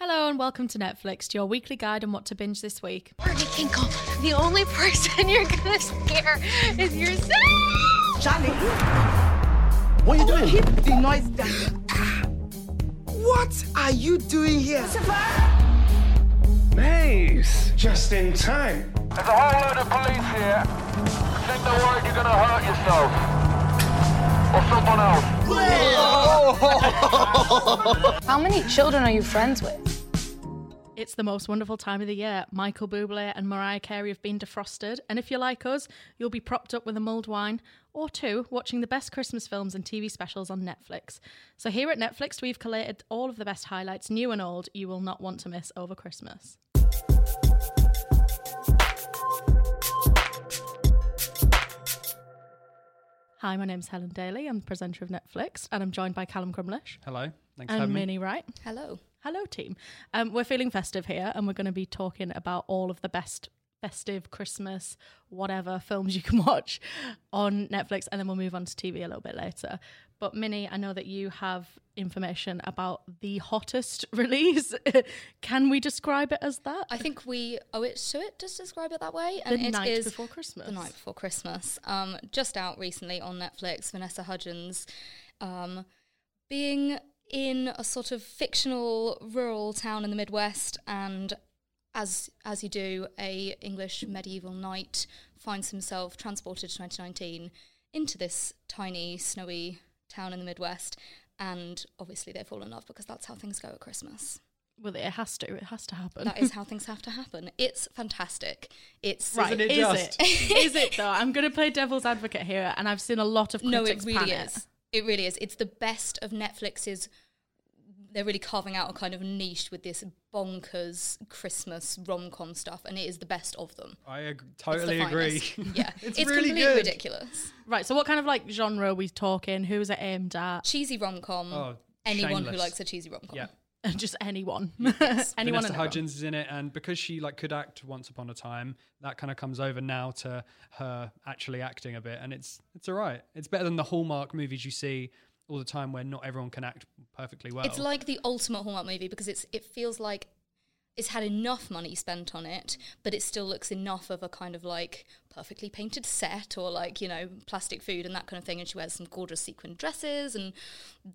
and welcome to Netflix, your weekly guide on what to binge this week. Marty Kinkle, the only person you're gonna scare is yourself. Charlie, what are you doing? Keep the noise down. What are you doing here? Nice. Just in time. There's a whole load of police here. Think they're worried you're gonna hurt yourself. Or someone else. How many children are you friends with? It's the most wonderful time of the year. Michael Bublé and Mariah Carey have been defrosted, and if you're like us, you'll be propped up with a mulled wine or two watching the best Christmas films and TV specials on Netflix. So here at Netflix, we've collated all of the best highlights, new and old, you will not want to miss over Christmas. Hi, my name's Helen Daly. I'm the presenter of Netflix, and I'm joined by Callum Crumlish Hello. Thanks for and having me. Minnie Wright. Hello. Hello, team. Um, we're feeling festive here, and we're going to be talking about all of the best festive Christmas, whatever films you can watch on Netflix, and then we'll move on to TV a little bit later. But Minnie, I know that you have information about the hottest release. can we describe it as that? I think we owe it to it to describe it that way. And The it night is before Christmas. The night before Christmas. Um, just out recently on Netflix, Vanessa Hudgens um, being in a sort of fictional rural town in the Midwest and as as you do, a English medieval knight finds himself transported to 2019 into this tiny, snowy town in the Midwest, and obviously they fall in love because that's how things go at Christmas. well, it has to. It has to happen. That is how things have to happen. It's fantastic. It's Right, Isn't it is just? it? is it though? I'm going to play devil's advocate here, and I've seen a lot of no, critics it really panic. is. It really is. It's the best of Netflix's. They're really carving out a kind of niche with this bonkers Christmas rom com stuff, and it is the best of them. I ag- It's the totally agree. finest. Yeah, it's, it's, really completely good. ridiculous. Right. So, what kind of like genre are we talking? Who's it aimed at? Cheesy rom com. Oh, anyone who shameless. likes a cheesy rom com. Yeah. Just anyone. anyone. Vanessa and everyone. Hudgens is in it, and because she like could act once upon a time, that kind of comes over now to her actually acting a bit, and it's it's all right. It's better than the Hallmark movies you see all the time, where not everyone can act perfectly well. It's like the ultimate Hallmark movie because it's it feels like it's had enough money spent on it, but it still looks enough of a kind of like perfectly painted set or like you know plastic food and that kind of thing. And she wears some gorgeous sequin dresses and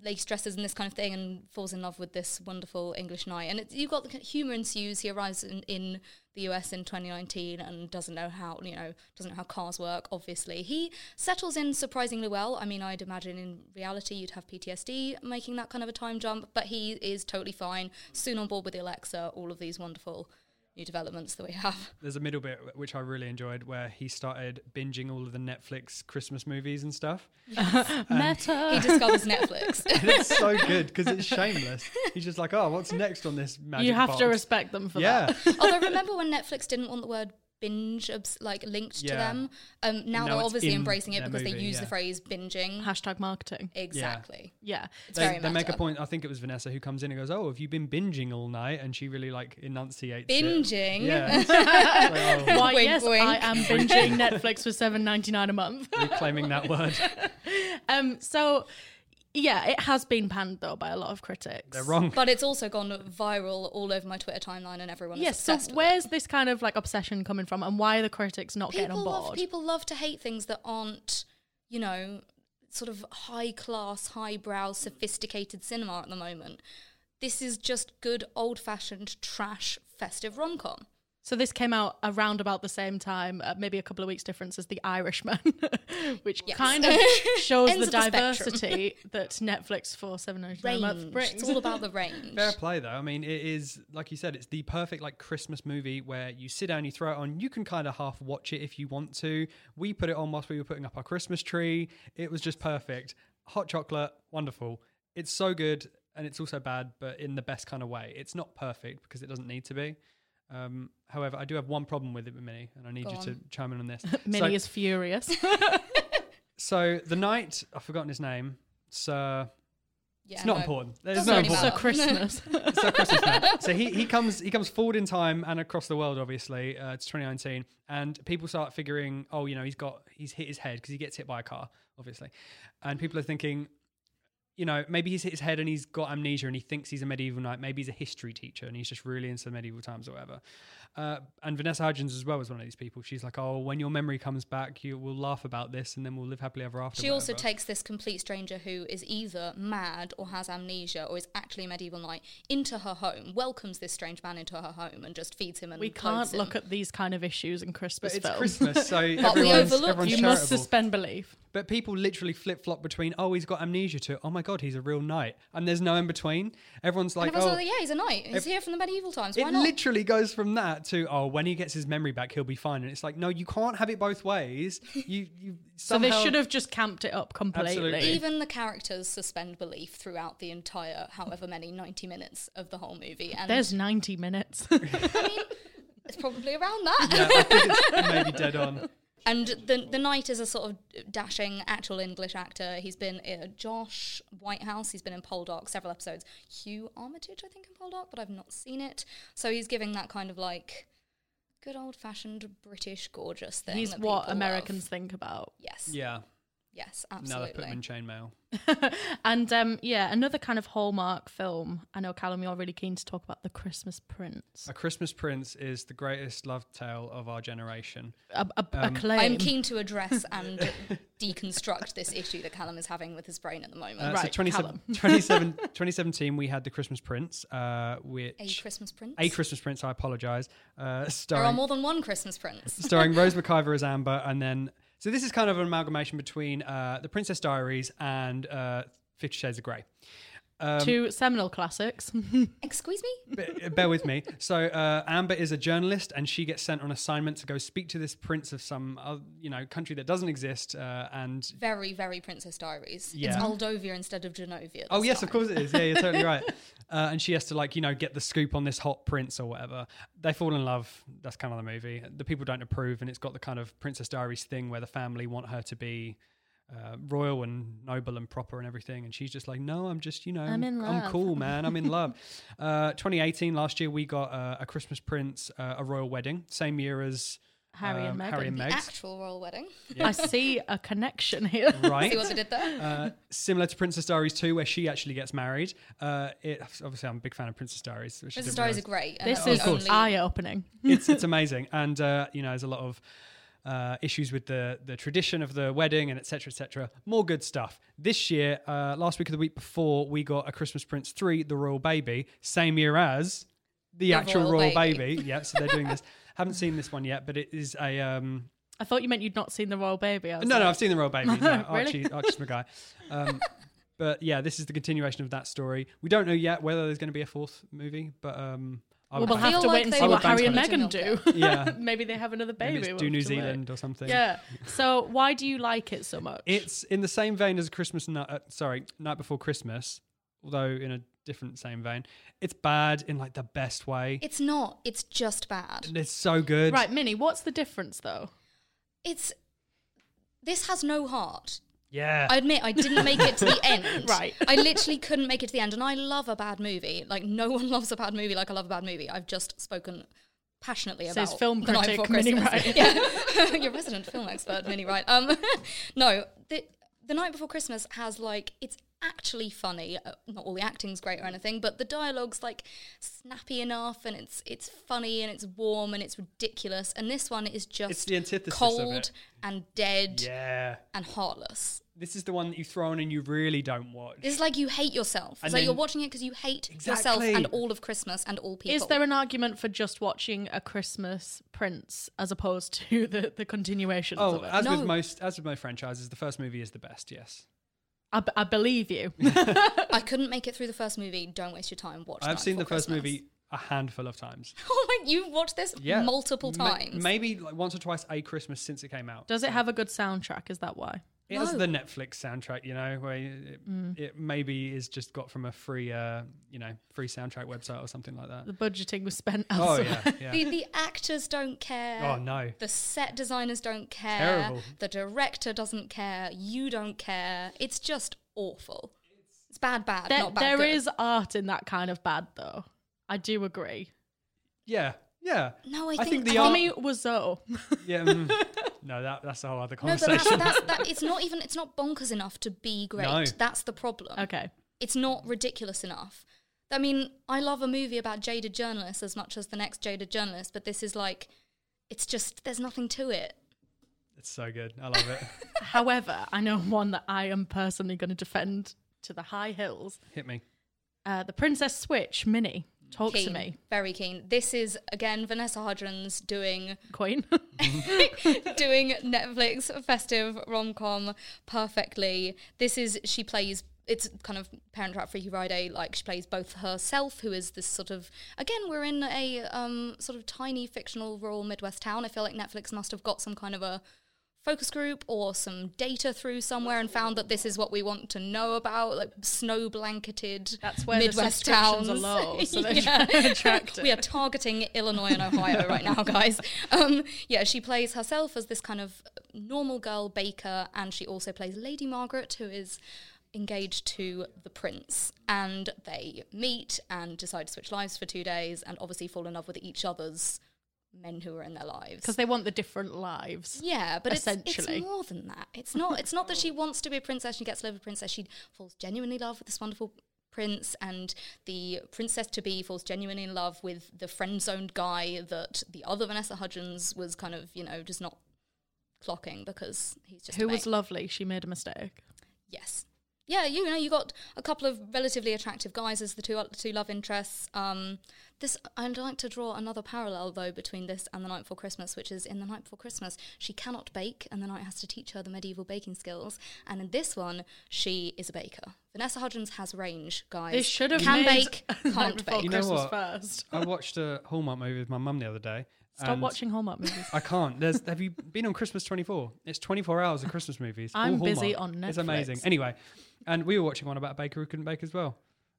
lace dresses and this kind of thing, and falls in love with this wonderful English knight. And it's, you've got the kind of humor ensues. He arrives in, in the US in 2019 and doesn't know how you know doesn't know how cars work. Obviously, he settles in surprisingly well. I mean, I'd imagine in reality you'd have PTSD making that kind of a time jump, but he is totally fine. Soon on board with the Alexa, all of these wonderful new developments that we have. There's a middle bit w- which I really enjoyed, where he started binging all of the Netflix Christmas movies and stuff. He Meta. discovers Netflix. And it's so good because it's shameless. He's just like, oh, what's next on this magic? You have to box?" respect them for Yeah, that. Although remember when Netflix didn't want the word binge obs- like linked to Yeah. them? Um, Now now, they're it's obviously in embracing it their because they movie, use the yeah. phrase binging. Hashtag marketing. Exactly. Yeah. It's they, very they make a meta. point. I think it was Vanessa who comes in and goes, "Oh, have you been binging all night?" And she really like enunciates it. Binging. Yeah, it's- it's like, oh, Why, Wink, yes, wink. I am binging Netflix for seven ninety nine a month. reclaiming that word. Um, so, yeah, it has been panned though by a lot of critics. They're wrong. But it's also gone viral all over my Twitter timeline, and everyone is Yes. So, obsessed with it. where's this kind of like obsession coming from, and why are the critics not getting on people board? love people love to hate things that aren't, you know, sort of high class, highbrow, sophisticated cinema at the moment. This is just good old fashioned trash festive rom com. So this came out around about the same time, uh, maybe a couple of weeks difference as The Irishman, which Yes. kind of shows Ends the of the diversity that Netflix for seven ninety nine a Range. month brings. It's all about the range. Fair play though. I mean, it is like you said, it's the perfect like Christmas movie where you sit down, you throw it on, you can kind of half watch it if you want to. We put it on whilst we were putting up our Christmas tree. It was just perfect. Hot chocolate, wonderful. It's so good and it's also bad, but in the best kind of way. It's not perfect because it doesn't need to be. Um, however, I do have one problem with it, Minnie, and I need Go you to on. chime in on this. Minnie So- is furious. So the knight, I've forgotten his name. Sir, Yeah, it's not no. important. It's Doesn't not really important. so matter. Christmas. Sir Christmas Knight. So he, he comes he comes forward in time and across the world, obviously. Uh, it's 2019, and people start figuring, oh, you know, he's got he's hit his head because he gets hit by a car, obviously, and people are thinking, you know, maybe he's hit his head and he's got amnesia and he thinks he's a medieval knight. Maybe he's a history teacher and he's just really into medieval times or whatever. Uh, and Vanessa Hudgens as well was one of these people. She's like, oh, when your memory comes back, you will laugh about this and then we'll live happily ever after. She also whatever. takes this complete stranger who is either mad or has amnesia or is actually a medieval knight into her home, welcomes this strange man into her home, and just feeds him and We clothes can't him. look at these kind of issues in Christmas But it's films. Christmas, so But we everyone's, overlook- everyone's you charitable. must suspend belief. But people literally flip flop between, oh, he's got amnesia to, oh my God, he's a real knight. And there's no in between. Everyone's like, and everyone's oh. like, yeah, he's a knight. He's here from the medieval times. Why It not? literally goes from that to oh, when he gets his memory back, he'll be fine. And it's like, no, you can't have it both ways. You, you So somehow they should have just camped it up completely. Absolutely. Even the characters suspend belief throughout the entire, however many, 90 minutes of the whole movie. And There's 90 minutes. it's probably around that. Yeah, I think it's maybe dead on. And the the knight is a sort of dashing actual English actor. He's been uh, Josh Whitehouse. He's been in Poldark several episodes. Hugh Armitage, I think, in Poldark, but I've not seen it. So he's giving that kind of like good old fashioned British gorgeous thing. He's that what people Americans love. think about. Yes. Yeah, Yes. now they Absolutely. put him in chainmail. And um, yeah, another kind of hallmark film. I know, Callum, you're really keen to talk about The Christmas Prince. A Christmas Prince is the greatest love tale of our generation. A, a, Um, acclaim. I'm keen to address and deconstruct this issue that Callum is having with his brain at the moment. Uh, so Right, Callum. 27, 27 2017, we had the Christmas Prince, uh, which A Christmas Prince. A Christmas Prince. I apologise. Uh, there are starring more than one Christmas Prince. starring Rose McIver as Amber, and then so this is kind of an amalgamation between uh, the Princess Diaries and uh, Fifty Shades of Grey. Um, Two seminal classics. Excuse me. Be- bear with me. So uh, Amber is a journalist, and she gets sent on assignment to go speak to this prince of some uh, you know country that doesn't exist. Uh, and Very, very Princess Diaries. It's Yeah. Moldovia instead of Genovia. oh this yes, time. of course it is. Yeah, you're totally right. Uh, and she has to like you know get the scoop on this hot prince or whatever. They fall in love. That's kind of the movie. The people don't approve, and it's got the kind of Princess Diaries thing where the family want her to be. Uh, royal and noble and proper and everything, and she's just like, no, I'm just you know, I'm in I'm love." cool, man, I'm in love. Uh, 2018, last year we got uh, a Christmas Prince, uh, a royal wedding, same year as Harry and um, Meghan. Harry and The Meg's. actual royal wedding. I see a connection here. See what they right? did there? Uh, similar to Princess Diaries 2, where she actually gets married. Uh, it, obviously, I'm a big fan of Princess Diaries. which I Princess didn't Diaries are realise. great. and This that's is the only- eye opening. it's, it's amazing. And, uh, you know, there's a lot of uh, issues with the, the tradition of the wedding and et cetera, et cetera. More good stuff. This year, uh, last week of the week before, we got A Christmas Prince 3, The Royal Baby, same year as the, actual Royal Royal, Baby. Baby. Yeah, so they're doing this. Haven't seen this one yet, but it is a. Um, I thought you meant you'd not seen The Royal Baby. I was No, like, no, I've seen the Royal Baby. No, Really? Archie, Archie's my guy. Um, but yeah, this is the continuation of that story. We don't know yet whether there's going to be a fourth movie, but um, I We'll would have feel to like wait and they see would what Harry and bank on Meghan it. do. Yeah. Maybe they have another maybe baby. it's we'll do have New to wait. Zealand or something. Yeah. So why do you like it so much? It's in the same vein as Christmas night. Uh, sorry, night before Christmas, although in a different same vein. It's bad in like the best way. It's not. It's just bad. It's so good. right, Minnie. What's the difference though? It's. This has no heart. Yeah. I admit I didn't make it to the end. Right. I literally couldn't make it to the end. And I love a bad movie. Like, no one loves a bad movie like I love a bad movie. I've just spoken passionately Says about film The Night critic Before Minnie Christmas. Wright. yeah. Your resident film expert, Minnie Wright. Um, no, the, the Night Before Christmas has, like, it's actually funny. Uh, Not all the acting's great or anything, but the dialogue's, like, snappy enough and it's it's funny and it's warm and it's ridiculous. And this one is just the antithesis of cold it. and dead yeah. and heartless. This is the one that you throw on and you really don't watch. It's like you hate yourself. It's And like then- you're watching it because you hate yourself Exactly. and all of Christmas and all people. Is there an argument for just watching a Christmas Prince as opposed to the the continuations Oh, of it? as No. with most as with most franchises, the first movie is the best. Yes. I, b- I believe you. I couldn't make it through the first movie. Don't waste your time. Watch. I've Night seen the Before first Christmas. movie a handful of times. Oh my! You've watched this Yeah, multiple Ma- times. maybe like once or twice a Christmas since it came out. Does it have a good soundtrack? Is that why? It has the Netflix soundtrack, you know, where it, Mm. it maybe is just got from a free, uh, you know, free soundtrack website or something like that. The budgeting was spent Oh elsewhere. yeah, yeah. the, the actors don't care. Oh no. The set designers don't care. Terrible. The director doesn't care. You don't care. It's just awful. It's bad, bad. There, not bad. there good. is art in that kind of bad though. I do agree. Yeah, yeah. No, I think- the I art. Tommy Wiseau. Yeah, mm, No, that, that's a whole other No, but that's, conversation. that's, that, it's not even it's not bonkers enough to be great. No. That's the problem. Okay. It's not ridiculous enough. I mean, I love a movie about jaded journalists as much as the next jaded journalist, but this is like, it's just there's nothing to it. it's so good. I love it. However, I know one that I am personally going to defend to the high hills. Hit me. Uh, the Princess Switch Mini. Talk Keen, to me, very keen. This is again Vanessa Hudgens doing Queen. doing Netflix festive rom com perfectly. This is she plays. It's kind of Parent Trap Freaky Friday. Like she plays both herself, who is this sort of again we're in a um, sort of tiny fictional rural Midwest town. I feel like Netflix must have got some kind of a focus group or some data through somewhere and found that this is what we want to know about, like snow blanketed That's where the Midwest subscriptions towns are low, so they're Yeah. trying to attract We are it. targeting Illinois and Ohio right now, guys. Um, yeah, she plays herself as this kind of normal girl baker, and she also plays Lady Margaret, who is engaged to the prince. And they meet and decide to switch lives for two days, and obviously fall in love with each other's men who are in their lives. Because they want the different lives. Yeah, but it's, essentially. it's more than that. It's not it's not that she wants to be a princess, she gets to love a princess, she falls genuinely in love with this wonderful prince and the princess to be falls genuinely in love with the friend zoned guy that the other Vanessa Hudgens was kind of, you know, just not clocking because he's just Who a was mate. lovely? She made a mistake. Yes. Yeah, you know, you got a couple of relatively attractive guys as the two two love interests. Um, this I'd like to draw another parallel though between this and the night before Christmas, which is in the night before Christmas she cannot bake, and the knight has to teach her the medieval baking skills. And in this one, she is a baker. Vanessa Hudgens has range, guys. They should have can made bake, Night can't Before bake. You know Christmas what? first. I watched a Hallmark movie with my mum the other day. Stop and watching Hallmark movies. I can't. There's, have you been on Christmas 24? It's 24 hours of Christmas movies. all I'm busy Hallmark. on It's Netflix. amazing. Anyway, and we were watching one about a baker who couldn't bake as well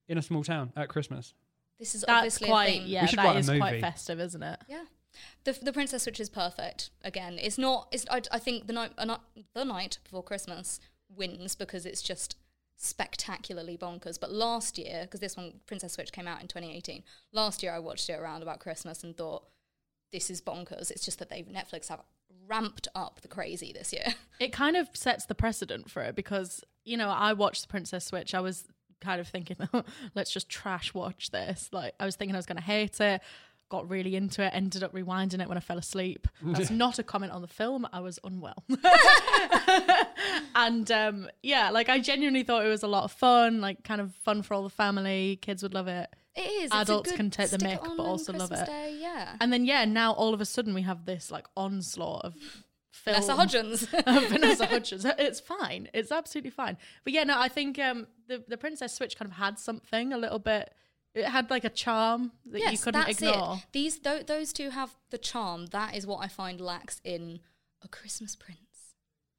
in a small town at Christmas. This is That's obviously a quite, theme. yeah, We should that write a is quite movie. festive, isn't it? Yeah, the the Princess Switch is perfect. Again, it's not. It's I, I think the night uh, not, the night before Christmas wins because it's just spectacularly bonkers. But last year, because this one Princess Switch came out in 2018, last year I watched it around about Christmas and thought this is bonkers. It's just that they Netflix have ramped up the crazy this year. It kind of sets the precedent for it because, you know, I watched The Princess Switch. I was kind of thinking, let's just trash watch this. Like, I was thinking I was going to hate it, got really into it, ended up rewinding it when I fell asleep. That's not a comment on the film. I was unwell. and um, yeah, like, I genuinely thought it was a lot of fun, like, kind of fun for all the family. Kids would love it. It is. it's a Adults good can take the stick it mick, on but on also love Christmas it. Day, yeah. And then, yeah, now all of a sudden we have this, like, onslaught of. Film. Vanessa Hudgens. of Vanessa Hudgens. It's fine. It's absolutely fine. But yeah, no, I think um, the the Princess Switch kind of had something a little bit. It had like a charm that you couldn't that's ignore. It. These tho- those two have the charm. That is what I find lacks in A Christmas Prince,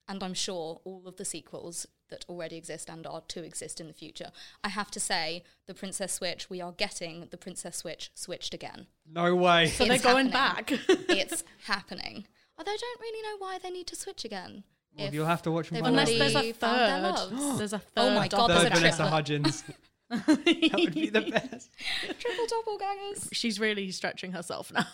and I'm sure all of the sequels that already exist and are to exist in the future. I have to say, The Princess Switch. We are getting The Princess Switch switched again. No way. So they're It's going happening. back. it's happening. Although I don't really know why they need to switch again. Well, If you'll have to watch and they've find out. Unless there's already a found their third. loves. There's a third. Oh my God, there's Third a Vanessa triplet. Hudgens. that would be the best. triple doppelgangers. She's really stretching herself now.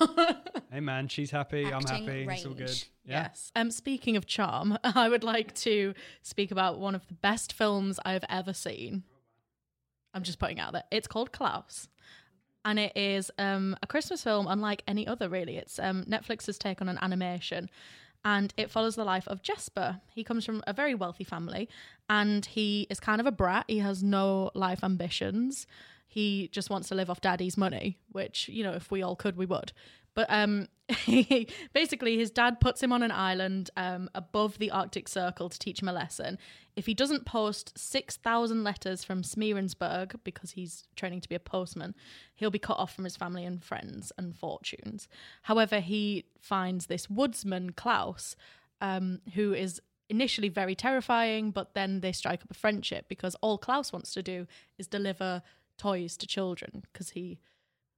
Hey man, she's happy. I'm Acting happy. It's all good. range. Yeah. Yes. Um, speaking of charm, I would like to speak about one of the best films I've ever seen. I'm just putting out that it's called Klaus, and it is um, a Christmas film unlike any other. Really, it's um, Netflix's take on an animation, and it follows the life of Jesper. He comes from a very wealthy family, and he is kind of a brat. He has no life ambitions. He just wants to live off daddy's money, which you know, if we all could, we would. But um, he, basically, his dad puts him on an island um, above the Arctic Circle to teach him a lesson. If he doesn't post 6,000 letters from Smearensburg, because he's training to be a postman, he'll be cut off from his family and friends and fortunes. However, he finds this woodsman, Klaus, um, who is initially very terrifying, but then they strike up a friendship because all Klaus wants to do is deliver toys to children because he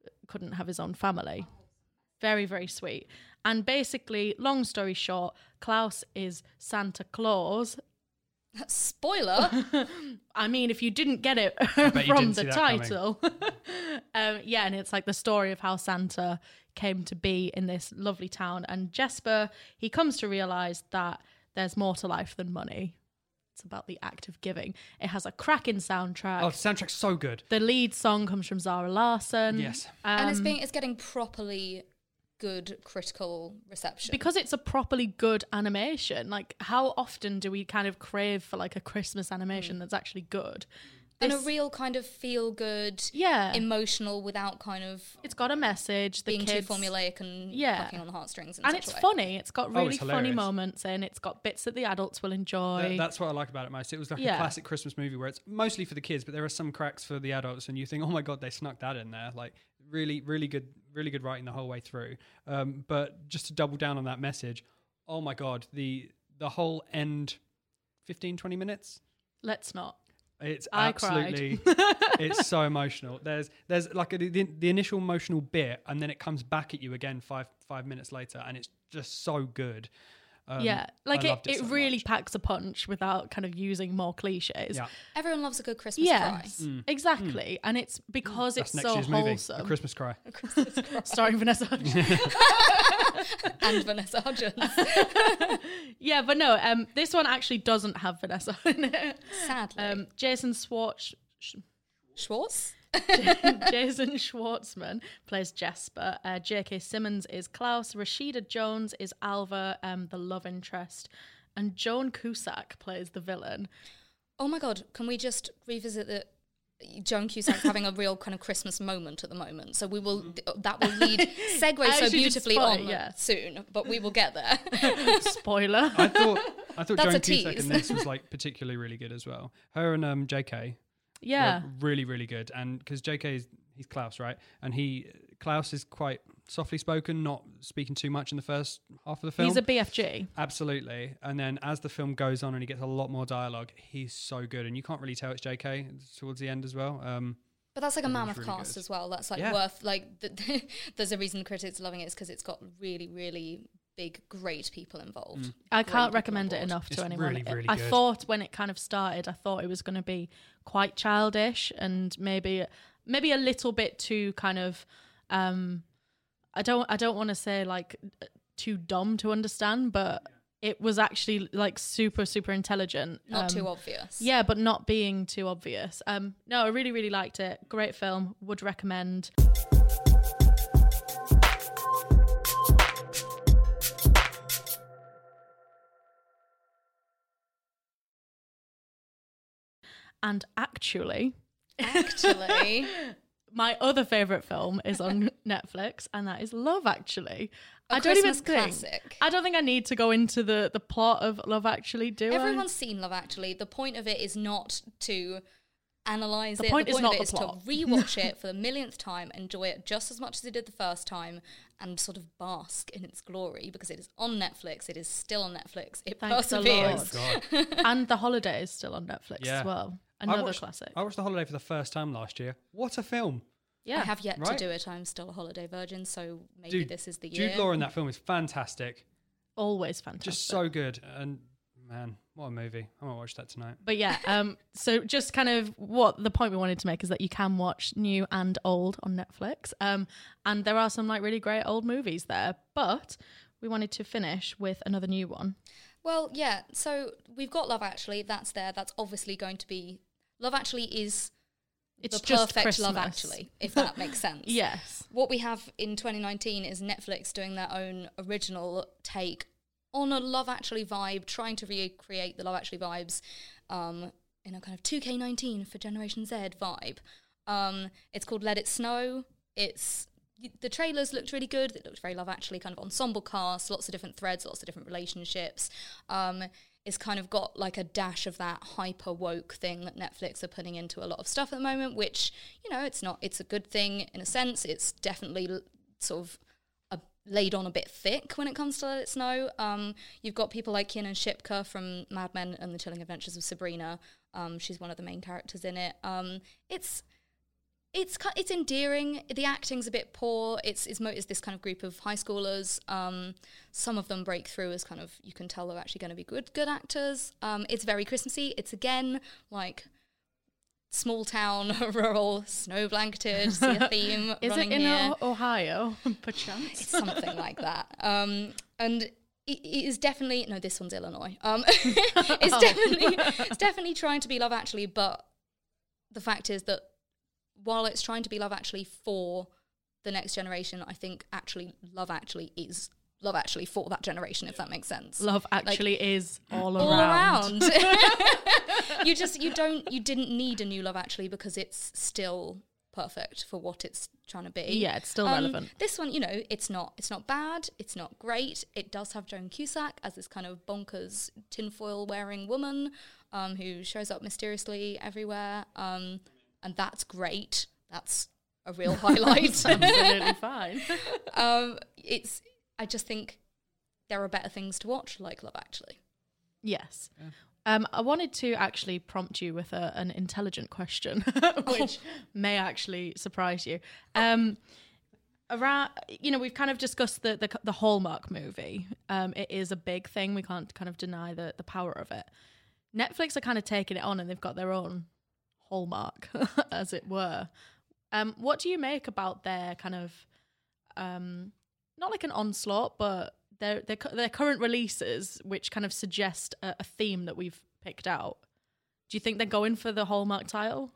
uh, couldn't have his own family. Very, very sweet. And basically, long story short, Klaus is Santa Claus Spoiler. I mean, if you didn't get it bet you from didn't see the that coming. title, um, yeah, and it's like the story of how Santa came to be in this lovely town, and Jesper he comes to realize that there's more to life than money. It's about the act of giving. It has a cracking soundtrack. Oh, the soundtrack's so good. The lead song comes from Zara Mm-hmm. Larson. Um, Yes. and it's being it's getting properly good critical reception. Because it's a properly good animation. Like, how often do we kind of crave for like a Christmas Hmm. animation that's actually good? and a this- real kind of feel good, Yeah. emotional without kind of It's got a message. The being kids, too formulaic and Yeah. plucking on the heartstrings. In and such it's a way. funny. It's got Oh, it's really funny hilarious. moments in. It's got bits that the adults will enjoy. That- that's what I like about it most. It was like Yeah. a classic Christmas movie where it's mostly for the kids, but there are some cracks for the adults, and you think, oh my god, they snuck that in there. Like really, really good, really good writing the whole way through. Um, but just to double down on that message, oh my god, the the whole end 15, 20 minutes. Let's not. It's I cried. absolutely it's so emotional. There's there's like a, the, the initial emotional bit, and then it comes back at you again five five minutes later, and it's just so good. Um, yeah. Like, I it, loved it, so really much. packs a punch without kind of using more cliches. Yeah. Mm. Everyone loves a good Christmas Yes, exactly. And it's because That's it's next so year's wholesome. movie, A Christmas Cry. Starring Vanessa Hudgens. cry. And Vanessa Hudgens. Yeah, but no, um, this one actually doesn't have Vanessa in it. Sadly. Um, Jason Schwartz, sh- Schwartz? Jason Schwartzman plays Jesper. Uh, J.K. Simmons is Klaus. Rashida Jones is Alva, um, the love interest, and Joan Cusack plays the villain. Oh my god, can we just revisit that? Joan Cusack's having a real kind of Christmas moment at the moment, so we will that will lead segue Mm-hmm. actually so did beautifully spot on it, yeah. soon, but we will get there. Spoiler. I thought I thought That's Joan a Cusack tease. in this was like particularly really good as well. Her and um JK were yeah. really really good. And because JK is he's Klaus right, and he Klaus is quite softly spoken, not speaking too much in the first half of the film. He's a BFG. Absolutely. And then as the film goes on and he gets a lot more dialogue, he's so good, and you can't really tell it's JK towards the end as well. Um, But that's like a mammoth really cast good. as well. That's like Yeah. worth like. The, there's a reason the critics are loving it is because it's got really, really big, great people involved. Mm. I Great can't people recommend it on board. enough It's to anyone. really, It- really I good. thought when it kind of started, I thought it was going to be quite childish and maybe maybe a little bit too kind of um I don't I don't want to say like too dumb to understand, but it was actually like super super intelligent. Not um, too obvious. Yeah, but not being too obvious. Um no, I really really liked it. Great film. Would recommend. And actually, Actually, my other favorite film is on Netflix, and that is Love Actually. I Christmas classic. I don't think I need to go into the the plot of Love Actually. Do I? everyone's seen Love Actually. The point of it is not to analyze The it. point the is point not of the it is plot. to rewatch it for the millionth time, enjoy it just as much as you did the first time, and sort of bask in its glory because it is on Netflix. It is still on Netflix. It Thanks the perseveres. Lord. and The Holiday is still on Netflix Yeah. as well. I Another watched- classic. I watched The Holiday for the first time last year. What a film! yeah, I have yet Right. to do it. I'm still a holiday virgin, so maybe Dude, this is the year. Jude Law in that film is fantastic. always fantastic. Just so good. And man, what a movie. I might watch that tonight. But yeah, um, so just kind of what the point we wanted to make is that you can watch new and old on Netflix, um, and there are some like really great old movies there. But we wanted to finish with another new one. Well, yeah. So we've got Love Actually. That's there. That's obviously going to be Love Actually is It's the just perfect Love Christmas. Actually, if that makes sense. Yes, What we have in 2019 is Netflix doing their own original take on a Love Actually vibe, trying to recreate the Love Actually vibes um, in a kind of 2K19 for Generation Z vibe. Um, it's called Let It Snow. It's the trailers looked really good. It looked very Love Actually, kind of ensemble cast, lots of different threads, lots of different relationships. Um, it's kind of got like a dash of that hyper woke thing that Netflix are putting into a lot of stuff at the moment, which you know it's not. It's a good thing in a sense. It's definitely l- sort of a, laid on a bit thick when it comes to Let It Snow. Um, you've got people like Kiernan Shipka from Mad Men and The Chilling Adventures of Sabrina. Um, she's one of the main characters in it. Um, it's it's ki- it's endearing. The acting's a bit poor. It's it's, mo- it's this kind of group of high schoolers. Um, some of them break through as kind of you can tell they're actually going to be good good actors. Um, it's very Christmassy. It's again like small town, rural, snow blanketed. See a theme Is it running in here. O- Ohio, perchance? It's something like that. Um, and it, it is definitely no. This one's Illinois. Um, it's definitely it's definitely trying to be Love Actually, but the fact is that while it's trying to be Love Actually for the next generation, I think actually Love Actually is Love Actually for that generation. If that makes sense. Love Like, actually is all, all around. around. you just you don't you didn't need a new Love Actually because it's still perfect for what it's trying to be. Yeah, it's still Um, relevant. This one, you know, it's not it's not bad, it's not great. It does have Joan Cusack as this kind of bonkers tinfoil wearing woman um, who shows up mysteriously everywhere, um, and that's great. That's a real highlight. Absolutely fine. um, it's I just think there are better things to watch, like Love Actually. Yes. Um, I wanted to actually prompt you with a, an intelligent question, which may actually surprise you. Um, around, you know, we've kind of discussed the the, the Hallmark movie. Um, it is a big thing. We can't kind of deny the the power of it. Netflix are kind of taking it on, and they've got their own Hallmark, as it were. Um, what do you make about their kind of um, not like an onslaught, but their their cu- their current releases, which kind of suggest a, a theme that we've picked out. Do you think they're going for the hallmark title?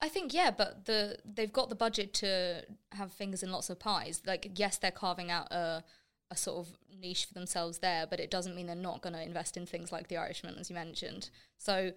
I think yeah, but the they've got the budget to have fingers in lots of pies. Like yes, they're carving out a a sort of niche for themselves there, but it doesn't mean they're not going to invest in things like The Irishman, as you mentioned. So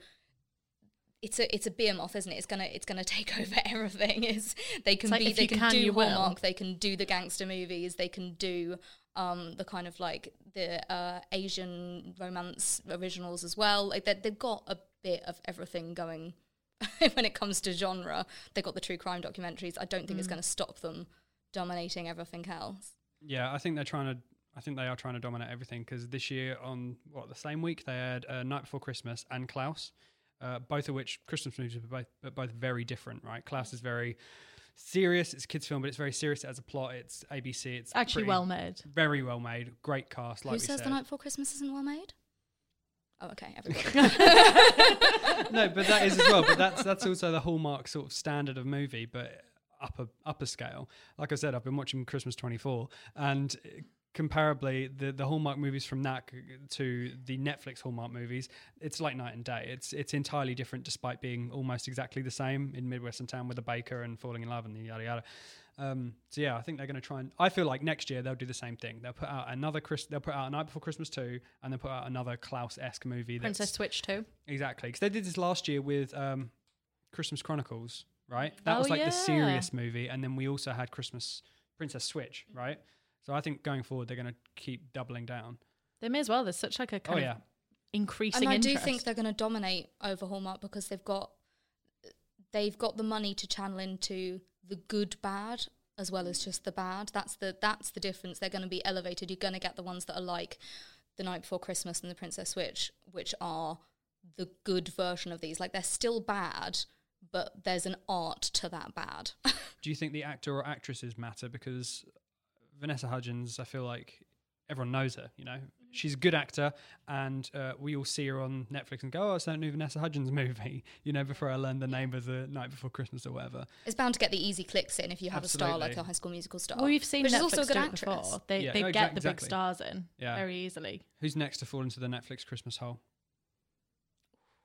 it's a it's a behemoth, isn't it? It's gonna it's gonna take over everything. Is they can like, be if they you can, can, do you will. Hallmark, they can do the gangster movies, they can do um, the kind of like the uh, Asian romance originals as well. Like they- they've got a bit of everything going when it comes to genre. They've got the true crime documentaries. I don't think Mm. it's going to stop them dominating everything else. Yeah, I think they're trying to. I think they are trying to dominate everything because this year on what the same week they had uh, Night Before Christmas and Klaus, uh, both of which Christmas movies were both but both very different, right? Klaus is very serious. It's a kids film, but it's very serious as a plot. It's ABC. It's Actually, pretty- well made. very well made, great cast. Like Who we says said. the night before Christmas isn't well made? Oh, okay, everybody. no, but that is as well. But that's that's also the hallmark sort of standard of movie, but upper upper scale. Like I said, I've been watching Christmas Twenty Four, and uh, comparably, the the hallmark movies from that c- to the Netflix hallmark movies, it's like night and day. It's it's entirely different, despite being almost exactly the same in Midwestern Town with a baker and falling in love and the yada yada. Um, so yeah, I think they're going to try and. I feel like next year they'll do the same thing. They'll put out another Chris. They'll put out a Night Before Christmas two, and they'll put out another Klaus esque movie. that's- Princess Switch too. Exactly, because they did this last year with um, Christmas Chronicles, right? That Oh, was like yeah. the serious movie, and then we also had Christmas Princess Switch, right? So I think going forward they're going to keep doubling down. They may as well. There's such like a kind oh yeah, of increasing. and I do interest. think they're going to dominate over Hallmark because they've got they've got the money to channel into the good bad as well as just the bad. That's the that's the difference. They're going to be elevated. You're going to get the ones that are like the night before Christmas and the Princess Switch, which are the good version of these. Like they're still bad, but there's an art to that bad. do you think the actor or actresses matter? Because Vanessa Hudgens, I feel like everyone knows her. You know, Mm-hmm. she's a good actor, and uh, we all see her on Netflix and go, "Oh, it's that new Vanessa Hudgens movie." You know, before I learned the name of the Night Before Christmas or whatever. it's bound to get the easy clicks in if you have a star like Absolutely. a High School Musical star. Well, we've seen which Netflix is also a good do it actress. before. They Yeah, they no, get exac- the big exactly. stars in Yeah. very easily. Who's next to fall into the Netflix Christmas hole?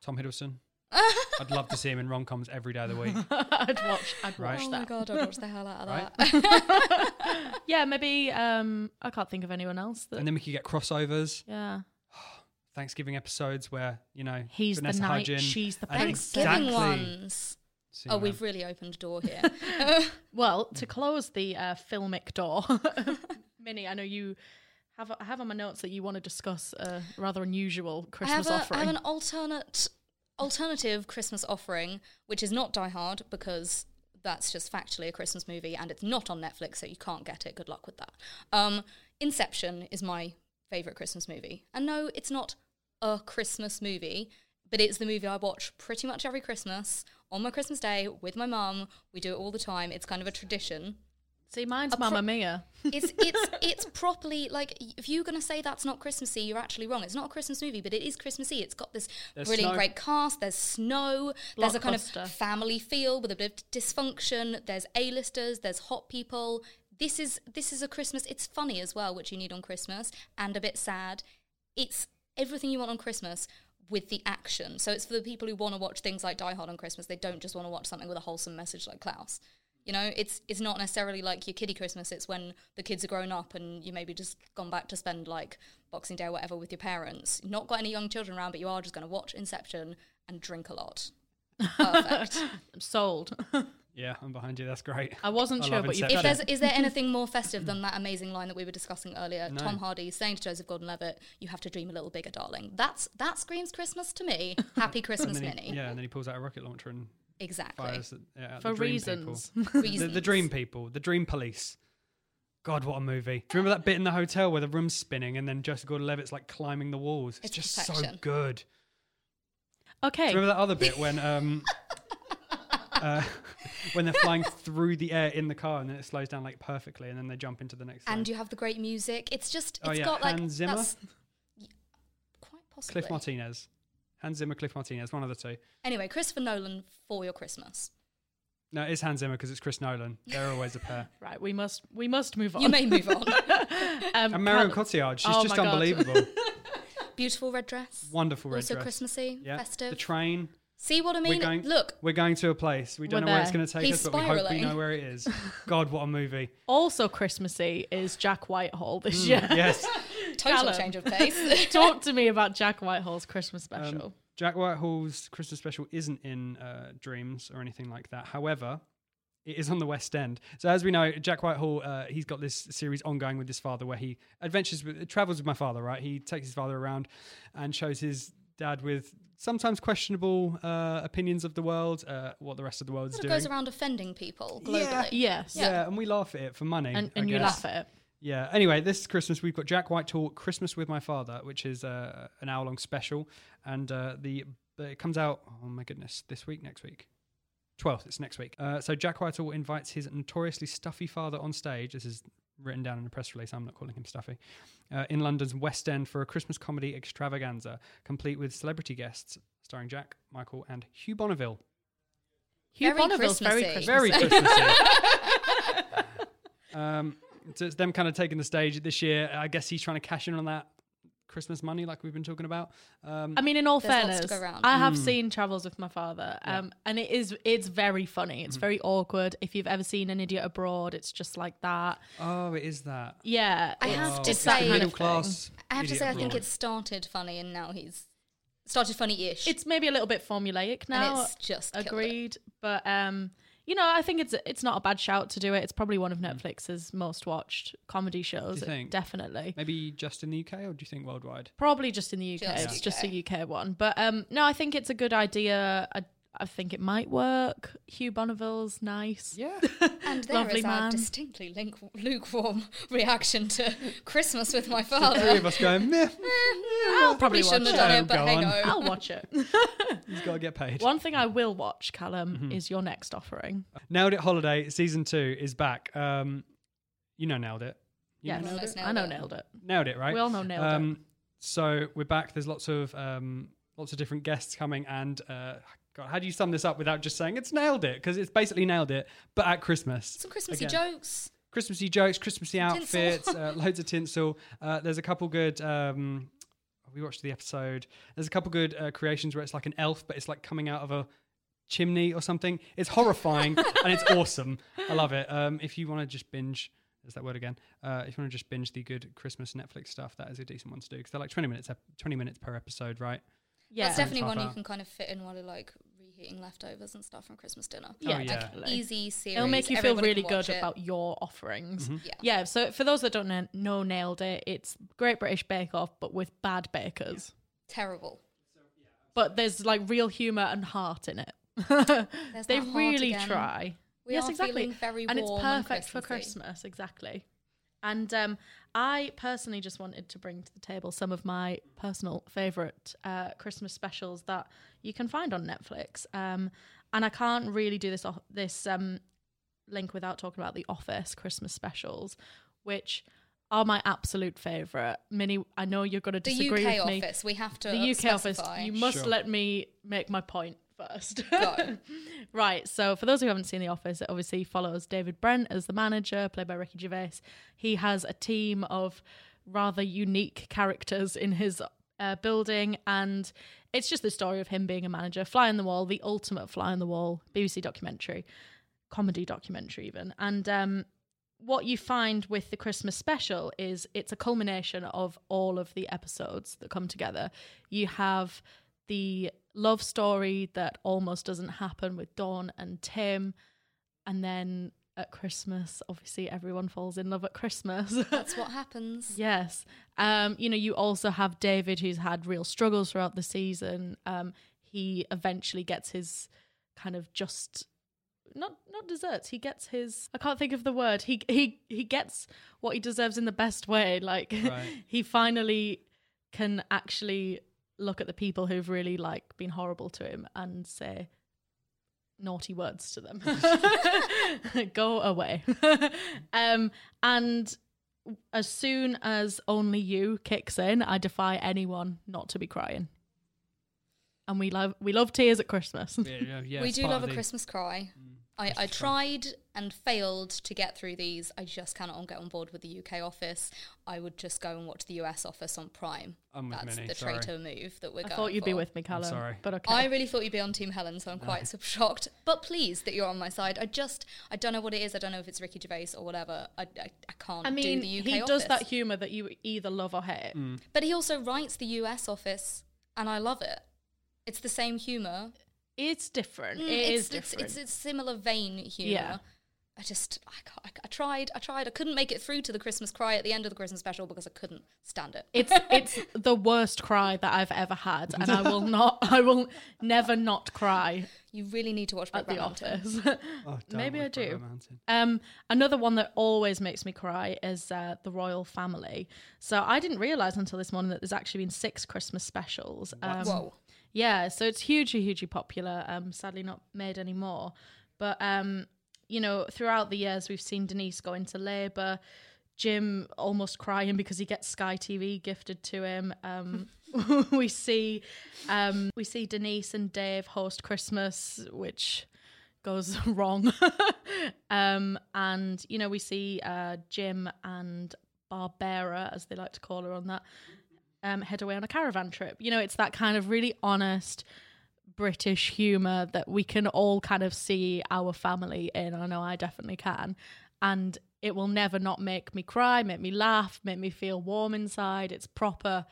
Tom Hiddleston. I'd love to see him in rom coms every day of the week. I'd watch. I'd Right. watch Oh my that. god, I'd watch the hell out of Right? that. Yeah, maybe. Um, I can't think of anyone else that. and then we could get crossovers, yeah, Thanksgiving episodes where, you know, He's the Vanessa knight, Hudgens she's the and Thanksgiving exactly- ones. See Oh, what we've I- really opened a door here. Well, to close the uh, filmic door, Minnie, I know you have. I have on my notes that you want to discuss a rather unusual I, have Christmas a, I offering. have an alternate alternative Christmas offering, which is not Die Hard because that's just factually a Christmas movie and it's not on Netflix, so you can't get it. Good luck with that. Um, Inception is my favorite Christmas movie, and no, it's not a Christmas movie. But it's the movie I watch pretty much every Christmas on my Christmas day with my mum. We do it all the time. It's kind of a tradition. See, mine's A pro- Mamma Mia. It's it's it's properly like if you're gonna say that's not Christmassy, you're actually wrong. It's not a Christmas movie, but it is Christmassy. It's got this There's brilliant, snow. great cast. There's snow. There's a kind Blockbuster. of family feel with a bit of dysfunction. There's A-listers. There's hot people. This is this is a Christmas. It's funny as well, which you need on Christmas, and a bit sad. It's everything you want on Christmas with the action. So it's for the people who want to watch things like Die Hard on Christmas. They don't just want to watch something with a wholesome message like Klaus. You know, it's it's not necessarily like your kiddie Christmas. It's when the kids are grown up and you maybe just gone back to spend like Boxing Day or whatever with your parents. Not got any young children around, but you are just going to watch Inception and drink a lot. Perfect. I'm sold. Yeah, I'm behind you. That's great. I wasn't I sure, love but you if Inception. have there's is there anything more festive than that amazing line that we were discussing earlier? No. Tom Hardy saying to Joseph Gordon-Levitt, "You have to dream a little bigger, darling." That's that screams Christmas to me. Happy And Christmas, then he- Minnie. Yeah, and then he pulls out a rocket launcher and Exactly. fires it at for the dream reasons. people. The, Reasons. the dream people, the dream police. God, what a movie! Do you remember that bit in the hotel where the room's spinning and then Joseph Gordon-Levitt's like climbing the walls? It's, It's just so perfection. good. Do Okay. you remember that other bit when um, uh, when they're flying through the air in the car and then it slows down like perfectly and then they jump into the next. And line. you have the great music. It's just it's oh yeah, got like Hans Zimmer, that's quite possibly. Cliff Martinez, Hans Zimmer, Cliff Martinez, one of the two. Anyway, Christopher Nolan for your Christmas. No, it's Hans Zimmer because it's Chris Nolan. They're always a pair. Right, we must we must move on. You may move on. um, And Marion Cal- Cotillard, she's Oh just my God. unbelievable. Beautiful red dress. Wonderful red also dress. Christmassy, Yeah. festive. The train. See what I mean? we're going. Look, we're going to a place. We don't We're know where it's there. going to take He's us, but we hope we spiraling. know where it is. God, what a movie! also Christmassy is Jack Whitehall Mm, this year. Yes, total Callum. change of pace. Talk to me about Jack Whitehall's Christmas special. um, Jack Whitehall's Christmas special isn't in uh, Dreams or anything like that. However. It is on the West End. So as we know, Jack Whitehall, uh, he's got this series ongoing with his father, where he adventures with, travels with my father. Right, he takes his father around and shows his dad with sometimes questionable uh, opinions of the world, uh, what the rest of the world's Sort of doing. goes around offending people globally. Yeah. yes. yeah. and we laugh at it for money. And, I and you laugh guess. at it. Yeah. Anyway, this Christmas we've got Jack Whitehall Christmas with My Father, which is uh, an hour long special, and uh, the it comes out. Oh my goodness, this week, next week. 12th, it's next week. Uh, so Jack Whitehall invites his notoriously stuffy father on stage. This is written down in a press release. I'm not calling him stuffy. Uh, in London's West End for a Christmas comedy extravaganza, complete with celebrity guests starring Jack, Michael, and Hugh Bonneville. Hugh Very Bonneville's very Christmassy. Christmas. Very Christmassy. um, so it's them kind of taking the stage this year. I guess he's trying to cash in on that Christmas money, like we've been talking about. Um, I mean, in all There's lots to fairness, go around. I Hmm. have seen Travels with my father, um, and it is it's very funny. Hmm. It's very awkward. If you've ever seen an idiot abroad, it's just like that. oh, it is that. Oh, Yeah, I it's have to just that say- kind middle of thing. class. I have to idiot say, I think abroad. it started funny, and now he's started funny-ish. It's maybe a little bit formulaic now. it's just killed it. agreed, but um, you know, I think it's it's not a bad shout to do it. It's probably one of Netflix's most watched comedy shows. Hmm. Do you think? Definitely. maybe just in the UK, or do you think worldwide? Probably just in the UK. Just it's just UK. a UK one. But um, no, I think it's a good idea. I, I think it might work. Hugh Bonneville's nice. Yeah, and there lovely is our man. distinctly link- lukewarm reaction to Christmas with my three father. of us going. Meh, I'll Oh, probably probably shouldn't have watch done it. it, but Go hey on. no. I'll watch it. he's got to get paid. One thing I will watch, Callum, is your next offering. Nailed It Holiday season two is back. Um, you know, nailed it. You Yes, Um, know Almost I know, nailed it. nailed it. nailed it, right? We all know nailed it. Um, So we're back. There's lots of um, lots of different guests coming, and uh, God, how do you sum this up without just saying it's nailed it? Because it's basically nailed it, but at Christmas. Some Christmassy Again. jokes. Christmassy jokes, Christmassy Tinsel. outfits, uh, loads of tinsel. Uh, there's a couple good. Um, we watched the episode. There's a couple good uh, creations where it's like an elf, but it's like coming out of a chimney or something. It's horrifying and it's awesome. I love it. Um, if you want to just binge, there's that word again. Uh, if you want to just binge the good Christmas Netflix stuff, that is a decent one to do because they're like 20 minutes, ep- 20 minutes per episode, right? Yeah. That's definitely Half one you hour. can kind of fit in while you're like reheating leftovers and stuff from Christmas dinner. Oh, yeah, yeah. definitely. Easy series. It'll make you feel everybody really can watch good it. about your offerings. Yeah. Yeah, so for those that don't kn- know Nailed It, it's Great British Bake Off, but with bad bakers. terrible. But there's like real humour and heart in it. they that heart really again. try. We yes, are exactly. feeling very and it's warm and perfect for Christmassy. Christmas, exactly. And um, I personally just wanted to bring to the table some of my personal favourite uh, Christmas specials that you can find on Netflix. Um, and I can't really do this off- this um, link without talking about the Office Christmas specials, which are my absolute favourite. Minnie, I know you're going to The disagree UK with me. office. We have to the UK specify. office. You must Sure. let me make my point first. Go. right. So, for those who haven't seen The Office, it obviously follows David Brent as the manager, played by Ricky Gervais. He has a team of rather unique characters in his uh, building, and it's just the story of him being a manager, fly on the wall, the ultimate fly on the wall BBC documentary, comedy documentary, even. And um, what you find with the Christmas special is it's a culmination of all of the episodes that come together. You have the love story that almost doesn't happen with Dawn and Tim, and then at Christmas, obviously everyone falls in love at Christmas. That's what happens. Yes. Um, you know, you also have David, who's had real struggles throughout the season. Um, he eventually gets his kind of just not not desserts. He gets his I can't think of the word. He he he gets what he deserves in the best way. Like Right. he finally can actually look at the people who've really like been horrible to him and say naughty words to them. Go away. um and as soon as only you kicks in, I defy anyone not to be crying. And we love we love tears at Christmas. Yeah, yeah, yeah, we it's do part love of a the- Mm, Christmas cry. I, I tried and failed to get through these. I just cannot get on board with the UK office. I would just go and watch the US office on Prime. I'm with That's Minnie, the sorry. traitor move that we're I going thought you'd be for. with me, Callum. sorry. But okay. I really thought you'd be on Team Helen, so I'm quite sub shocked, but pleased that you're on my side. I just, I don't know what it is. I don't know if it's Ricky Gervais or whatever. I, I, I can't I mean, do the UK he does office. that humor that you either love or hate. But he also writes the US office, and I love it. It's the same humour. It's different. Mm, it it's, is different. It's, it's a similar vein humour. Yeah. I just, I, ca- I, ca- I tried, I tried. I couldn't make it through to the Christmas cry at the end of the Christmas special because I couldn't stand it. it's it's the worst cry that I've ever had, and I will not. I will never not cry You really need to watch at Brokeback the Mountain. office. Oh, don't Maybe I worry, Brokeback do. Mountain. Um, another one that always makes me cry is uh, the royal family. So I didn't realize until this morning that there's actually been six Christmas specials. Um, Whoa. Yeah, so it's hugely, hugely popular. Um, sadly, not made anymore. But um, you know, throughout the years, we've seen Denise go into labour. Jim almost crying because he gets Sky TV gifted to him. Um, we see, um, we see Denise and Dave host Christmas, which goes wrong. um, and you know, we see uh, Jim and Barbara, as they like to call her on that, um, head away on a caravan trip. You know, it's that kind of really honest British humour that we can all kind of see our family in. I know I definitely can. And it will never not make me cry, make me laugh, make me feel warm inside. It's proper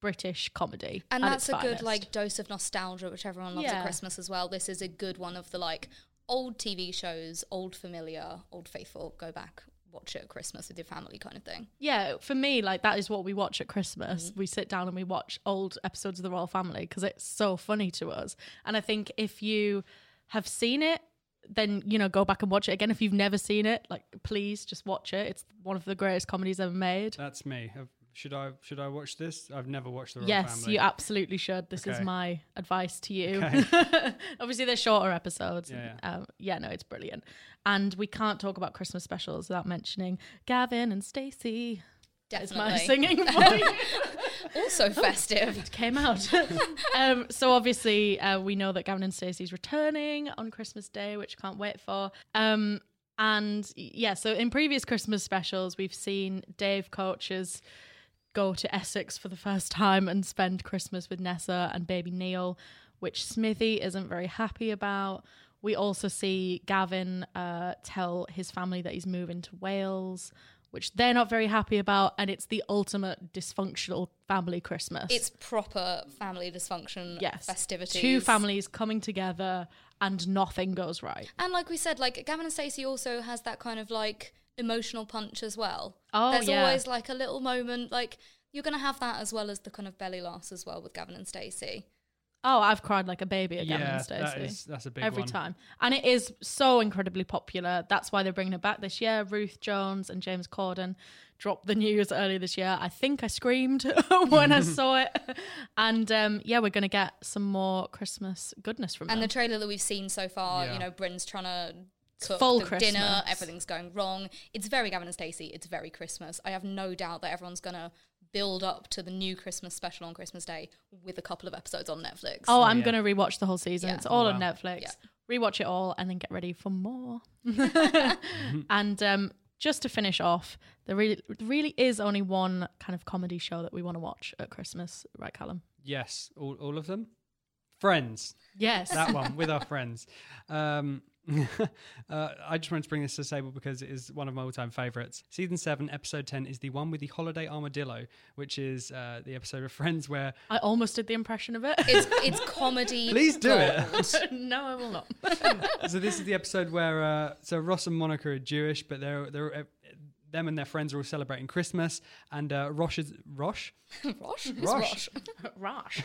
British comedy. And at that's its a good finest. like dose of nostalgia, which everyone loves Yeah. at Christmas as well. This is a good one of the like old TV shows, old familiar, old faithful. Go back, watch it at Christmas with your family, kind of thing. yeah for me like that is what we watch at christmas we sit down and we watch old episodes of the royal family because it's so funny to us and i think if you have seen it then you know go back and watch it again if you've never seen it like please just watch it it's one of the greatest comedies ever made That's me. Have- Should I should I watch this? I've never watched the Royal yes Family. you absolutely should this is Okay. my advice to you obviously they're shorter episodes Yeah, yeah. Um, yeah no it's brilliant and we can't talk about christmas specials without mentioning gavin and stacey it's my Oh, Definitely, singing voice also festive. came out. um, so obviously, uh, we know that Gavin and Stacey's returning on Christmas Day, which I can't wait for. Um, and yeah, so in previous Christmas specials, we've seen Dave Coaches go to Essex for the first time and spend Christmas with Nessa and baby Neil, which Smithy isn't very happy about. We also see Gavin uh, tell his family that he's moving to Wales, which they're not very happy about, and it's the ultimate dysfunctional family Christmas. It's proper family dysfunction. yes, festivities. Two families coming together, and nothing goes right. And like we said, like Gavin and Stacey also has that kind of like emotional punch as well. Oh, There's yeah. always like a little moment like you're gonna have that as well as the kind of belly laughs as well with Gavin and Stacey. Oh, I've cried like a baby again yeah, on that Stacey. is, that's a big Every one. time. And it is so incredibly popular. That's why they're bringing it back this year. Ruth Jones and James Corden dropped the news earlier this year. I think I screamed when I saw it. And um, yeah, we're going to get some more Christmas goodness from And the them. trailer that we've seen so far, Yeah. you know, Bryn's trying to cook full the Christmas. dinner, everything's going wrong. It's very Gavin and Stacey. It's very Christmas. I have no doubt that everyone's gonna build up to the new Christmas special on Christmas Day with a couple of episodes on Netflix. oh, I'm yeah. going to rewatch the whole season. Yeah. It's all on Wow. Netflix. Yeah. Rewatch it all and then get ready for more. Mm-hmm. and um, just to finish off, there really, really is only one kind of comedy show that we want to watch at Christmas, right, Callum? Yes, all, all of them. Friends. Yes. that one with our friends. Um, uh, I just wanted to bring this to the table because it is one of my all-time favorites. Season seven, episode ten, is the one with the holiday armadillo, which is uh, the episode of Friends where I almost did the impression of it. It's it's comedy. please do it. no, I will not. so this is the episode where uh, so Ross and Monica are Jewish, but they're they're uh, them and their friends are all celebrating Christmas, and uh, Rosh is Rosh. Rosh? Who's Rosh. Rosh? Rash.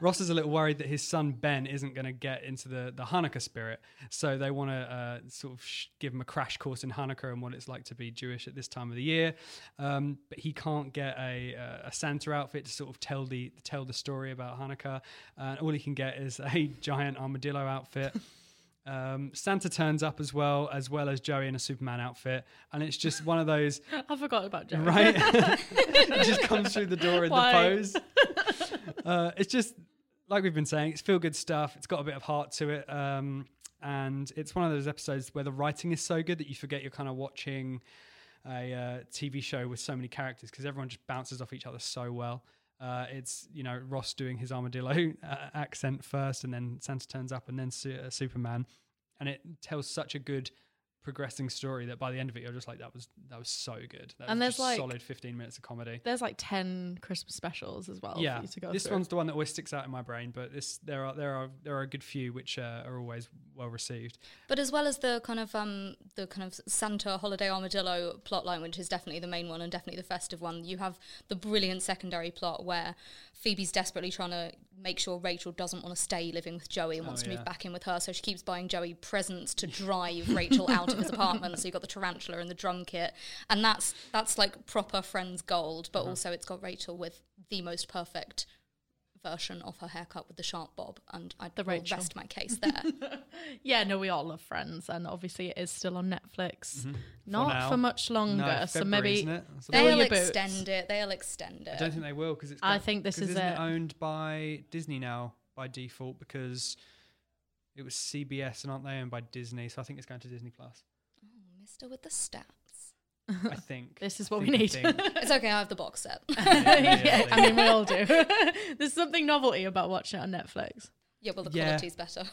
Ross is a little worried that his son Ben isn't going to get into the, the Hanukkah spirit, so they want to uh, sort of sh- give him a crash course in Hanukkah and what it's like to be Jewish at this time of the year. Um, but he can't get a, uh, a Santa outfit to sort of tell the tell the story about Hanukkah, and all he can get is a giant armadillo outfit. Um, Santa turns up as well, as well as Joey in a Superman outfit, and it's just one of those I forgot about Jerry. right? it just comes through the door in Why? the pose. Uh, it's just like we've been saying, it's feel good stuff. It's got a bit of heart to it, um, and it's one of those episodes where the writing is so good that you forget you're kind of watching a uh, TV show with so many characters because everyone just bounces off each other so well. Uh, it's you know Ross doing his armadillo uh, accent first, and then Santa turns up, and then Su- uh, Superman, and it tells such a good progressing story that by the end of it you're just like that was that was so good. That And was there's, just like- solid 15 minutes of comedy. There's like 10 Christmas specials as well Yeah, for you to go this through. one's the one that always sticks out in my brain, but this there are there are there are a good few which uh, are always well received. But as well as the kind of um, the kind of Santa holiday armadillo plotline, which is definitely the main one and definitely the festive one, you have the brilliant secondary plot where Phoebe's desperately trying to make sure Rachel doesn't want to stay living with Joey and wants to yeah. move back in with her, so she keeps buying Joey presents to drive Rachel out of his apartment. So you've got the tarantula and the drum kit, and that's that's like proper friends gold. But also it's got Rachel with the most perfect version of her haircut with the sharp bob, and I The will Rachel. rest my case there. Yeah, no, we all love Friends, and obviously it is still on Netflix. Not Mm-hmm. now. for, much longer. No, so February, maybe isn't it? That's the- Fill They'll your boots. extend it. They'll extend it. I don't think they will because it's. I got- think this 'cause is isn't it. owned by Disney now by default because it was CBS and aren't they owned by Disney? So I think it's going to Disney Plus. Mister with the stats. I think This is I what we think- I need. think- It's okay. I have the box set. yeah, I mean, we all do. There's something novelty about watching it on Netflix. yeah, well, the Yeah. quality's better.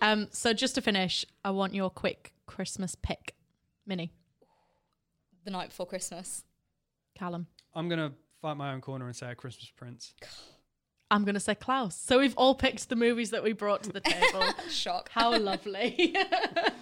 Um, so just to finish, I want your quick Christmas pick, Minnie, the night before Christmas. Callum. I'm gonna fight my own corner and say a Christmas Prince. I'm going to say Klaus. So we've all picked the movies that we brought to the table. Shock. How lovely.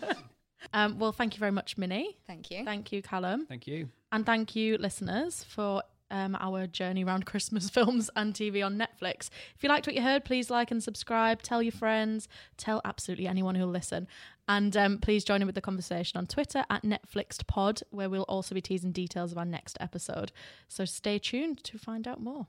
um, well, thank you very much, Minnie. Thank you. Thank you, Callum. Thank you. And thank you, listeners, for um, our journey around Christmas films and TV on Netflix. If you liked what you heard, please like and subscribe. Tell your friends. Tell absolutely anyone who'll listen. And um, please join in with the conversation on Twitter at NetflixedPod, where we'll also be teasing details of our next episode. So stay tuned to find out more.